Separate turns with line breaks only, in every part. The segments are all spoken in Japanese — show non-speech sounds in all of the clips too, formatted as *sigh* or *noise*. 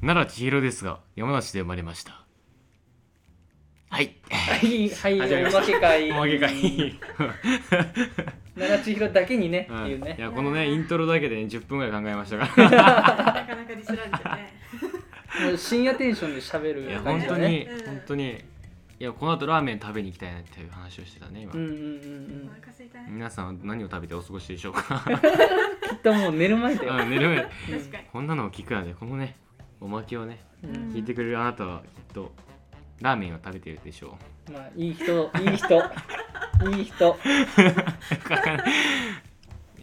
奈良千尋ですが山梨で生まれましたはい
はい、は
始
い、
まりま
お
した
まけ会。
おま
*laughs*
け会
奈良千尋だけにね、
うん
っていう
い
ね。
やこのねイントロだけで、ね、10分ぐらい考えましたから
なかなかディスられてね。
もう深夜テンションで喋
いや
る感
本
じ
当
だ
に、
ね。
うん
本当にいやこの後ラーメン食べに行きたいなっていう話をしてたね今、
うんうんうん *laughs*
お
うん。
腹すいたね。
皆さんは何を食べてお過ごしでしょうか
きっともう寝る前だよ。
うん *laughs* 寝る前
確かに。
こんなのを聞くなんてこのねおまけをね
うん
聞いてくれるあなたはきっとラーメンを食べてるでしょ
まあいい人、いい人、いい人。
う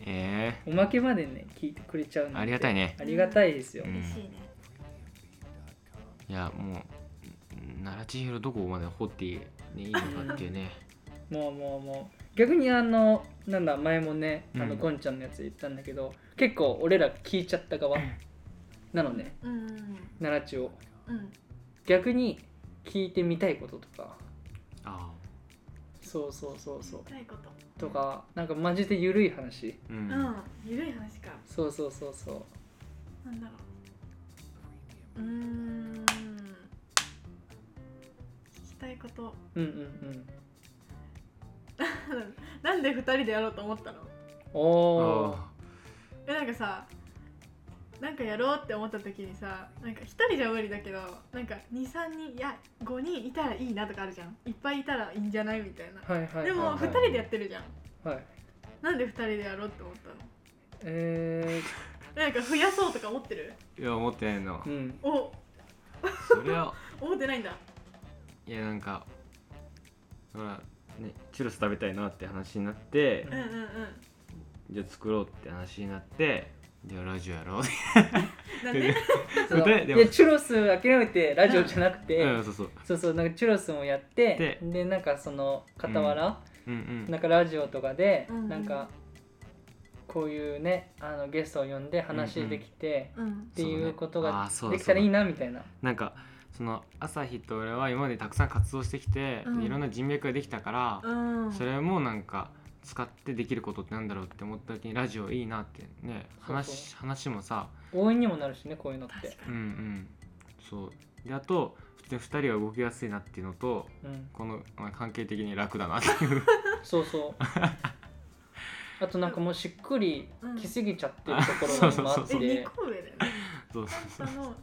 え
おまけまでね聞いてくれちゃう
えあ
なんて
りがたいね
ありがたいですよ。
うん
嬉しいね。
いやもう奈良千尋どこまで掘っていい,、ね、いいのかっていうね
もうもうもう逆にあのなんだ前もねあ
う
の
ん
ゴンちゃんのやつで言ったんだけど、結構俺ら聞いちゃった側なのね
うんうん
奈良千を
うん。うん。
逆に聞いてみたいこととか
ああ
そうそうそうそう
たいこと。
とかなんかマジでゆるい話
う、
うんん。ゆるい話か。
そうそうそうそう
なんだろう。うーん。聞きたいこと。 *laughs*
うんうんうん
なんで二人でやろうと思ったの？
おお
あ
えなんかさなんかやろうって思った時にさなんか1人じゃ無理だけどなんか23人いや5人いたらいいなとかあるじゃんいっぱいいたらいいんじゃないみたいな
はいはいはいはい
でも2人でやってるじゃん
はい
なんで2人でやろうって思ったの
え
なんか増やそうとか思ってる
あいや思ってないの
ー、
*laughs*
うん
お
それは
思ってないんだ
いやなんかほらねチュロス食べたいなって話になって
うんうんうん
じゃあ作ろうって話になってじゃあラジオやろうって
なんで
そう
でで
い
も
やチュロス諦めてラジオじゃなくて、
*laughs* うんそうそう
そうそうなんかチュロスもやって
で
でなんかその傍ら、
うんうん
なんかラジオとかで、
うんうん
なんかこういうねあのゲストを呼んで話できて、
うん
っていうこと
そう
が
だねあーそうだ
できたらいいなみたいな
なんかその朝日と俺は今までたくさん活動してきて、
うん
いろんな人脈ができたから、
うん
それもなんか使ってできることってなんだろうって思った時にラジオいいなってね
そう
話話もさ
応援にもなるしねこういうのって
確か
うんう
に
んそうであと普通に2人は動きやすいなっていうのと
うん、
この、まあ、関係的に楽だ
*laughs*
なっていう
そうそうあとなんかもうしっくり
うん
きすぎちゃってるとこ
そう
ろ
そう
もあ
そ
っ
う
え
そう
2
て
個上だよね
そうそうそ
下
う
の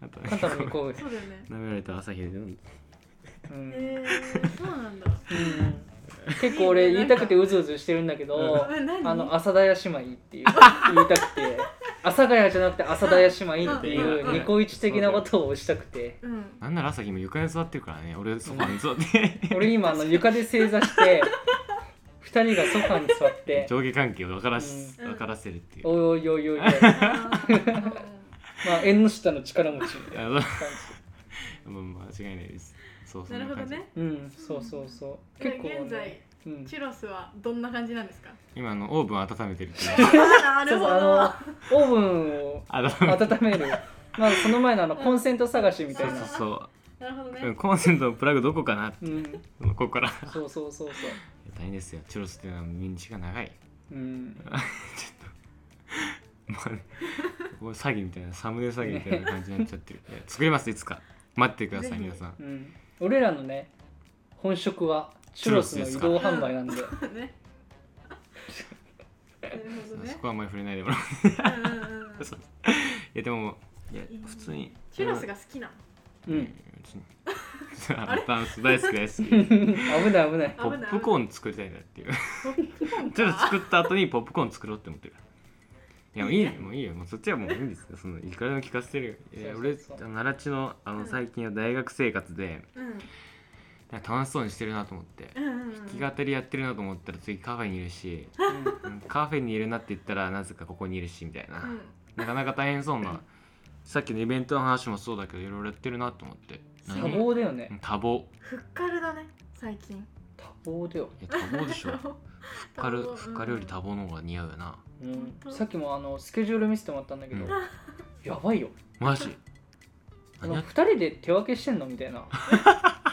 あと
カンタの向こう上
二個上そうだよね
舐められた朝日でうん
うん
えー、そうな
*laughs*
んだ
うん結構俺言いたくてうずうずしてるんだけど
うん何
あの阿佐ヶ谷姉妹っていう言いたくて阿佐ヶ谷じゃなくて阿佐ヶ谷姉妹っていうニコイチ的なことをしたくて
うん
なんなら朝日も床に座ってるからね俺ソファに座って
俺今あの床で正座して2人がソファに座って
上下関係を分からし、
うん
分からせるっていう、
おいおいおいおいま
あ
*laughs*
ー
あ縁の下の力持ちみたいな
あの
感じ
うん間違いないですそうそ
なんるほど
感じ
ね
うんそうそうそう結構ね
現在
うん
チュロスはどんな感じなん
*laughs*
ですか
今あのオーブン温めてるっていう
*laughs* な
そうそうあのオーブンを
あの
温めるまあその前のあのコンセント探しみたいな
そうそ
なるほど
う、うん
ね
コンセントのプラグどこかな
うん
ここから
そうそうそうそう
大変ですよチュロスっていうのは道が長い
うん
まあね
*laughs*
こう詐欺みたいなサムネ詐欺みたいな感じになっちゃってるいや作りますいつか待ってくださ
ぜ
い
ひ
皆さん
うん、俺らのね本職はチュロスの移動販売なんで
ねなる
そ
ほどね
こはあんまり触れないでもらう
うんうんうん
そういやでもいや
いいね
普通に
チュロスが好きなの
う
うん
ん
別にあのダンス大好き *laughs* です
危ない危ない
ポップコーン作りたいなっていうちょっと
か
作った後にポップコーン作ろうって思ってる。いやもういいよもういいよもうそっちはもういいんですよそのいくらでも聞かせてるよ。いや
そう
俺
そうそう
奈良地のあの最近の大学生活で
うん
なんか楽しそうにしてるなと思って
うんうんうん
弾き語りやってるなと思ったら次カフェにいるし、
うん
うんカフェにいるなって言ったらなぜかここにいるしみたいな、
うん
なかなか大変そうなさっきのイベントの話もそうだけどいろいろやってるなと思って
多
多
何
忙だよね
うん多忙
ふっかるだね最近
多忙だよ、
いや多忙でしょ *laughs* ふっか
*laughs*
るふっかるより多
分
忙の方が似合うよな
うん
本、当
さっきもあのスケジュール見せてもらったんだけど、
うん
やばいよ
マジ
あ
何
の
やっ
2人で手分けしてんのみたいな、
あ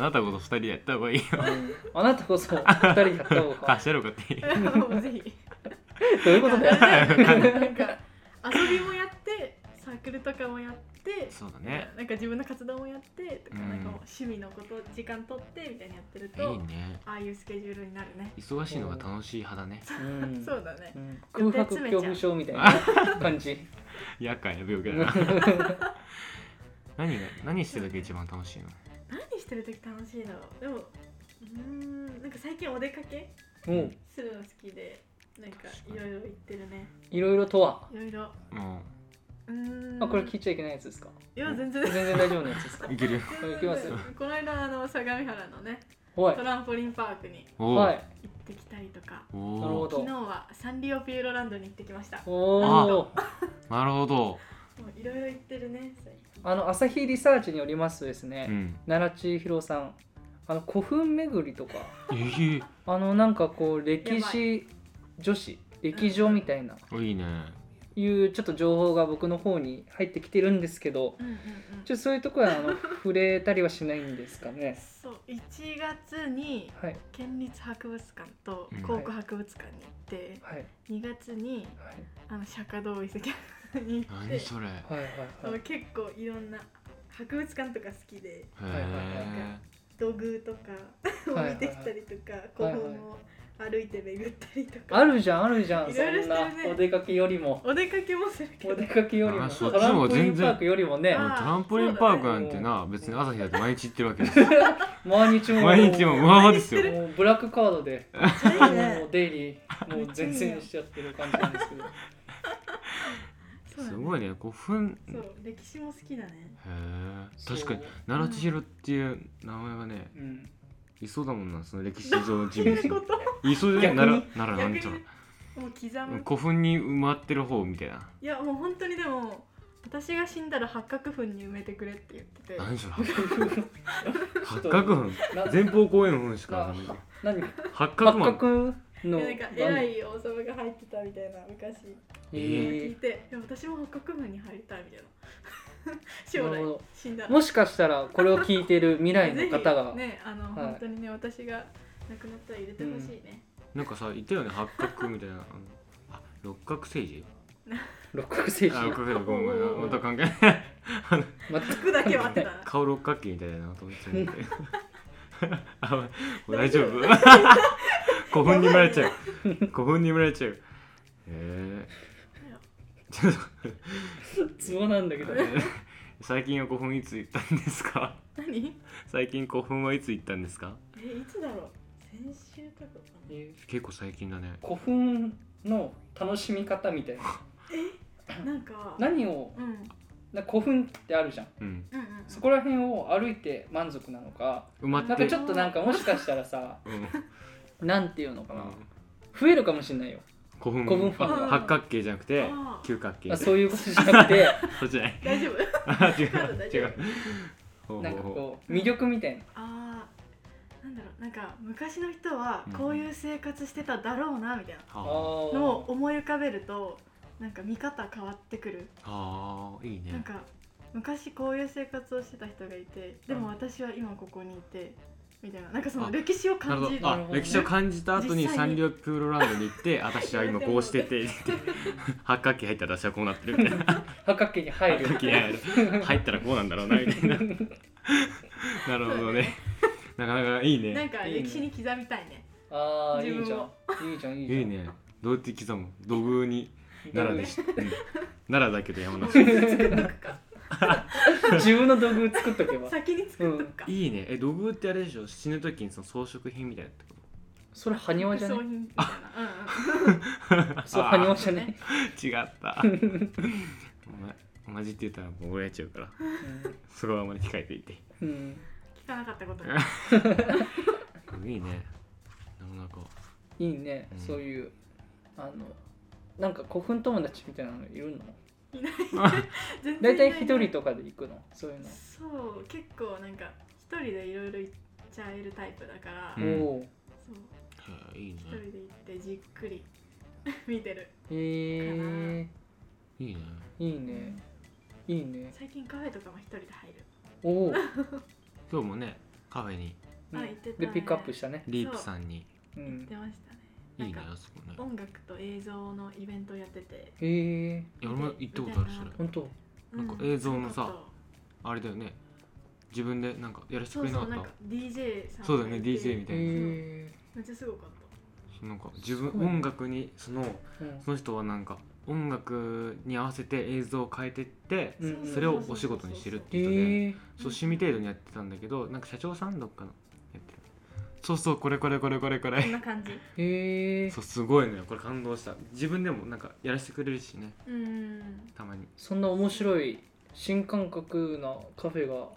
なたこそ2人でやった方がいいよ
うんあなたこそ2人でやった方
あ *laughs*
が
しろかっていい
*laughs*
*laughs* もうぜひ
どういうことだよ
なんか遊びもやって作クルとかもやって
そうだね
なんか自分の活動もやってとか,、
うん
なんかもう趣味のこと時間取ってみたいにやってる
い
と
いね
ああいうスケジュールになるね、
忙しいのが楽しい派だね
うん
そうだね
うん空白恐怖症みたいな
*laughs*
感じ
厄介な病気だな
*laughs*
何が何してる時が一番楽しいの
何してる時楽しいのでもうーんなんか最近お出かけ
もう
するの好きでなんか
確か
い
に
ろいろ行ってるね
いろいろとはい
ろいろ
も
うーん
あこれ聞いちゃいけないやつですか
いや全然
全然大丈夫なやつです
*laughs*
か
ういける
全
これ
然
いきます
この間あの相模原のね
はい
トランポリンパークに
おお、
はい
行ってきたりとか
お
なるほ
お
ど
昨日はサンリオピューロランドに行ってきましたも
おお
なるほど
ういろいろ行ってるね最近
あの朝日リサーチによりますとですね、
うん
奈良地弘さんあの古墳巡りとか
えー
あのなんかこう歴史女子歴女みたいな、
いいね
いうちょっと情報が僕の方に入ってきてるんですけど
うんうんうん
ちょっとそういうところはあの触れたりはしないんですかね
*laughs* そう1月に
はい
県立博物館と
うん
考古博物館に行って、
はい
2月にあの釈迦堂遺跡に行っ
何
て
それへ
はいはい
あ
はいは
の
い
結構いろんな博物館とか好きで
はいはいはい
え
土偶とかを見てきたりとか古
はいはい
墳を歩いて巡ったりとか、
あるじゃんあるじゃん
い
そ
ろいろし
ん
て
な
るね
お出かけよりも
お出かけもするけ
お
ど
出かけよりも
あそ
ト
っち
ラ
の方が
ンポリン
全然
パークよりもね
もう
あー
トランポリンパークなんてな、別に朝日だって毎日行ってるわけですよ
毎日も
毎日もうわわですよ
もうブラックカードで
めっちゃいいね
もうデ
*laughs*
イリーもう全線しちゃってる感じなんですけど
そうだ
す
ね
ごいね古墳へ
そう歴史も好きだね
え
そう
確かに奈良千尋っていう名前はね
うん
いそうだもんなその歴史上の人
そう
物
いうこ
に
と
いそうじゃない
逆に
奈良奈良なんちゃら
もう刻む
古墳に埋まってる方みたいない
やもう本当にでも私が死んだら八角墳に埋めてくれって言ってて
何それ八角墳
な
前方後円墳しかない
何
八角
八
マン
角の
でなんか偉い王様が入ってたみたいな昔
え
聞い
ー
て、いや私も八角墳に入りたいみたいな将
なるほ
来
ど
死んだら
もしかしたらこれを聞いてる未来の方
*laughs* ぜ
が
ひねあの、
い
本当にね私が亡くなったら入れてほしいね、
なんかさ言ったよね八角みたいなあのあ六角星人
六角星
あ
人
六角星人ごめんごめん
おー
本当は関係ない
また
服だけはあってたら
顔六角形みたいだなと思ってたんで
*laughs*
あ大丈夫古墳に埋められちゃう古墳に埋められちゃうへえちょっと
ツボなんだけど
最近は古墳いつ行ったんですか
何
最近古墳はいつ行ったんですか
えいつだろう先週とかかな
結構最近だね
古墳の楽しみ方みたいな
なんか
何を
うんうん
な古墳ってあるじゃん
うん
うんうん
そこら辺を歩いて満足なのか
埋まって
なんかちょっとなんかもしかした
*laughs*
らさ
うんうん
なんていうのかな増えるかもしれないよ
古墳
古墳ファン
あ
が
八角形じゃなくて
あー
九角形
あそういうことじゃなくて
そうじゃない
大丈夫
あ違う
まだ大丈夫
違う *laughs* ほう
なん
ほう
か
ほ
こう魅力みたいな
あーなんだろうなんか昔の人は
うん
こういう生活してただろうなみたいな
うは
あ
のを思い浮かべるとなんか見方変わってくる、
あはあいい
なん
ね
か昔こういう生活をしてた人がいてでも私は今ここにいてみたいななんかそ
あ
の歴史を
なる
感
ほ
じる
どあ
なるほどね
歴史を感じた後に
実際に
サンリオピューロランドに行って私は今こうしてて *laughs* 八角形入ったら私はこうなってるみたいな
八角形に入
八
る
角形入ったらこうなんだろうなみたいな *laughs* なるほどねなかなかいい
な
ね
んか歴史に刻みたいね
ああい
自分を
いじゃんいいじゃんいいじゃん
いいねどうやって刻む土偶に奈良でし、うん奈良だけど山
*laughs*
梨
作っとくか
自分の道具作っとけば
先に作っとくか、
いいねえ土偶ってあれでしょ死ぬ時にその装飾品みたいなってこ
それ埴輪じゃ
装
ね
品みたい
*laughs*
なうんうん
*laughs* そう埴輪じゃね
と違ったお前同じって言ったらもう怒られちゃうからそこはあまり控えていて
うんうん
聞かなかったこと
いいねなかなか
いいね
うん
そういうあのなんか古墳友達みたいなのいるの
いない全
大
然
体
いない
一人とかで行くのそういうの
そう結構なんか一人でいろいろ行っちゃえるタイプだから、
う
そうん
おお
へえいいね
一人で行ってじっくり *laughs* 見てる
へえ
いいね
いいねいいね
最近カフェとかも一人で入る
おお、
今日もねカフェに
あ行ってた
で
ね
ピックアップしたね
リープさんに
う
行っ
ん
てましたね
いいね
なんか
あそこね
音楽と映像のイベントやってて
へえ
いや俺も行ったことあるしね
ほんと
なんか映像のさあれだよね自分でなんかやらせて
そ
く
う
れなか
そ
っ
う
た
なんか DJ さん
そうだよね
がいて
DJ みたいな、
へ
めっちゃすごかっ
そのなんか自分
そうだね
音楽にその
ーうん
その人はなんか音楽に合わせて映像を変えてって
た、
うんうん
それをお仕事にしてるって
へ
いう人で、
え
そう趣味程度にやってたんだけどなんか社長さんどっかのやってるそうそうこれこれこれこれこ
こん
れ
な
*laughs*
感じ
へえ
そうすごいのよこれ感動した自分でもなんかやらせてくれるしね
うん
たまに
そんな面白い新感覚なカフェが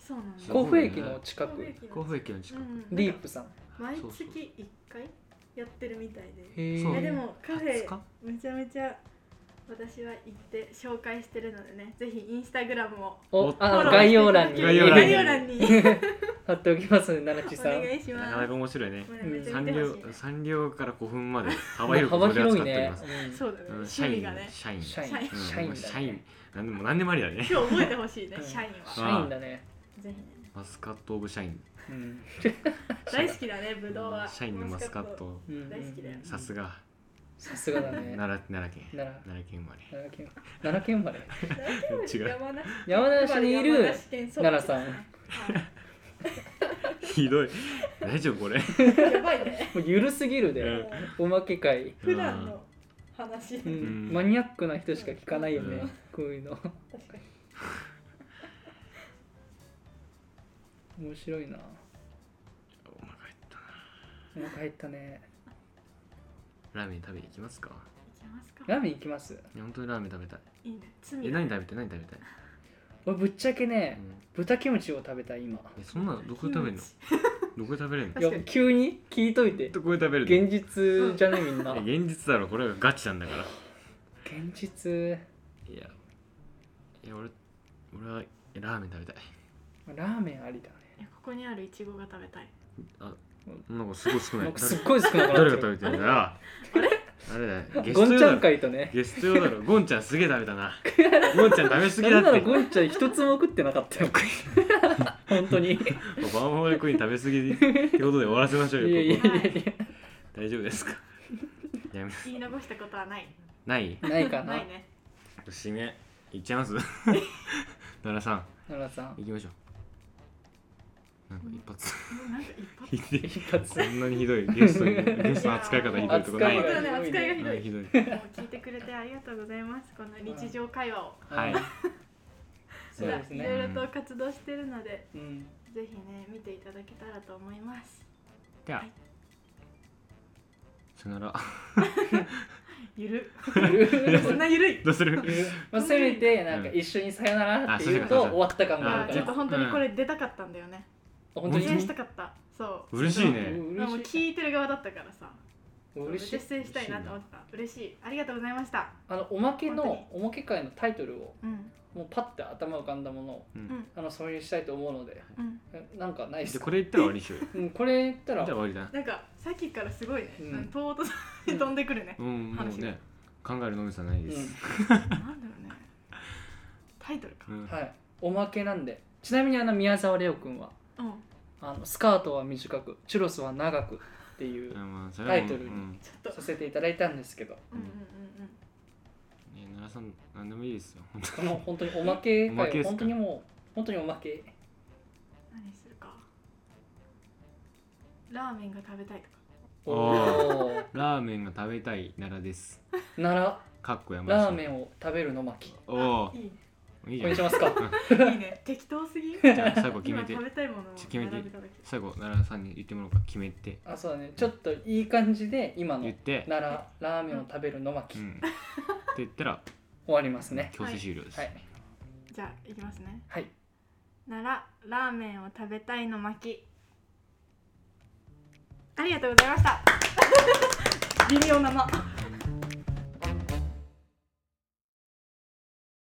そうなんだ
すごい
甲
ね
府駅の近く、
甲府駅の近
う
く、
ん
ディープさん
毎
そうそう
月一回やってるみたいで
へえ
そう
えでもカフ
20
ェ
日
めちゃめちゃ私は行って紹介してるのでねぜひインスタグラムを
お
フ
あ
ォロー
概要欄に
概
概
要
要
欄
欄
に
に
*laughs* 貼っておきますね奈良地
お
さん
願いし
な
ま
かな
す
か面白いね
まあめっちゃ
三
見てほしい
両
ね
三両から古墳まで幅広く
幅
取り
広
扱
い
っており
ね
ます、
そうだね、
うん、
趣
社
味
員
がね
社
う
員
ん社員
社員
うん
社員
もう
だ
社
ね
員なんでも何でもありだね
今日覚えてほしいね
うん
社員
社
社
は
員
員
だね
ぜひね
マスカットオブ社員
うん
大好きだねぶどうは
社員のマスカット
うん
大好きだよ
さすが
さすがだね
奈良奈良県
奈
奈良県生
良奈良県奈良県生まれ
まれ違う
山梨
山梨にいる奈良
ん
さんも
ひどい大丈夫これ
やばいね
うゆるすぎる
う
で
ん
おまけ会
普段の話
う
確
ん
うん
マニアックな人しか聞かないよね
うん
こういうの
かに
面白いな
お腹減った
お腹減ったね
なラーメン食べに行きますか
いけますか
ラーメン行きます
いや本当にラーメン食べたい
いいね
え
罪だ
何食べたい何食べたい、
俺ぶっちゃけね
うん
豚キムチを食べたい今
えそんなのどこで食べるのどこで食べれるの
い
確
や
かに
急に聞いといて
どこで食べる
現実じゃねえみん
の
な現
え現実だろこれがガチなんだから
実
いやいや俺俺はラーメン食べたい
ラーメンありだね
いやここにあるイチゴが食べたい
なんかすごい少な
ないんかすっごい少なくな
誰が
っ
食
て
べ
*laughs* る
てるんだよ誰だよゲ
ゴン
スト用
ちゃん
だろ
会とね
ゲスト用だろゴンちゃんすげえ食べたなゴンちゃん食べすぎだ
なん
っ
な
て
らゴンちゃん一つも食ってな
*laughs*
かったよ本当にい
もうバンホールクイーン食べ過ぎってことで終わらせましょ
や
うよ。
いやい
こ
や
こ
い
大丈夫ですか。やめ
言い残したことはない
ない。
やないかな
ないね
締めいっちゃいます。奈良さん
奈良さん
行きましょう。なんか一発。
*laughs*
うんなんか一発
ひでえ
一発
そんなにひどいゲストにゲストの扱い方ひどいとこない
や
本
ー
当だね扱いがひど
はいいひどい。
もう聞いてくれてありがとうございます。この日常会話を、
はい。
そうです
いろい
ね
ろと活動してるので、
うん
ぜひね見ていただけたらと思います。
では。さよなら。 *laughs*
ゆる、
うん
そんなゆるい。
どうす
*laughs*
る？
まあ、せめてなんか一緒に「さよなら」って言うと終わった感があ
あ
るか
ちょっと
ら
本当にこれ出たかったんだよね。
本当
うん
に
出演したかった。そう。
嬉しいね。
もう
嬉しい
聞いてる側だったからさ、
嬉しい
出演したいなと思ってた。嬉しい。ありがとうございました。
あのおまけ
本
のおまけ会のタイトルを
うん、
もうパッて頭浮かんだものを
うん
あの挿入したいと思うので
うん。
えなんかないで
じ
す
ゃあ
か
これ言ったら終わりにしようよ。
うん、これ言った
じゃ
ら
あ終わりだな。
なんかさっきからすごいね。
うん
なんかとうとう飛んでくるね
う。んもうね考えるのみさないです。
なんだろうね。タイトルか
う。ん
はいおまけなんでちなみにあの宮沢レオくんは
うん。
あのスカートは短くチュロスは長くっていう
うんまあそれはも
タイ
う
トルに
うん
ちょっと
さ。せていただいたんですけど
うんうんうんうん。
ね、奈良さん、なんでもいいですよ。本
この本当におまけ
おまけ
会
で
を
すか
本当にもう本当におまけ
何するかラーメンが食べたいとか
お
お
お
当ラーメンが食べたい奈良です。
なら
かっこ山
ラーメ
ン。
ンを食べるの巻こ
おお
い、い
いいじ
れ
ゃん。じ
にしますか
*laughs*
いいね適当すぎ
ゃあ最後決め
今
て
食、べたいものを
ちょ決めて
並べただけ
最後奈良さんに言ってもらおうか、決めて。
あそうだねちょっといい感じで今
言
の
って、
ならラーメンを食べるの巻
う
終
ん。って言ったら、
わりますね
強制終了です。
はい
じゃあいきますね
はい
ならラーメンを食べたいの巻きありがとうございました *laughs* 微妙なの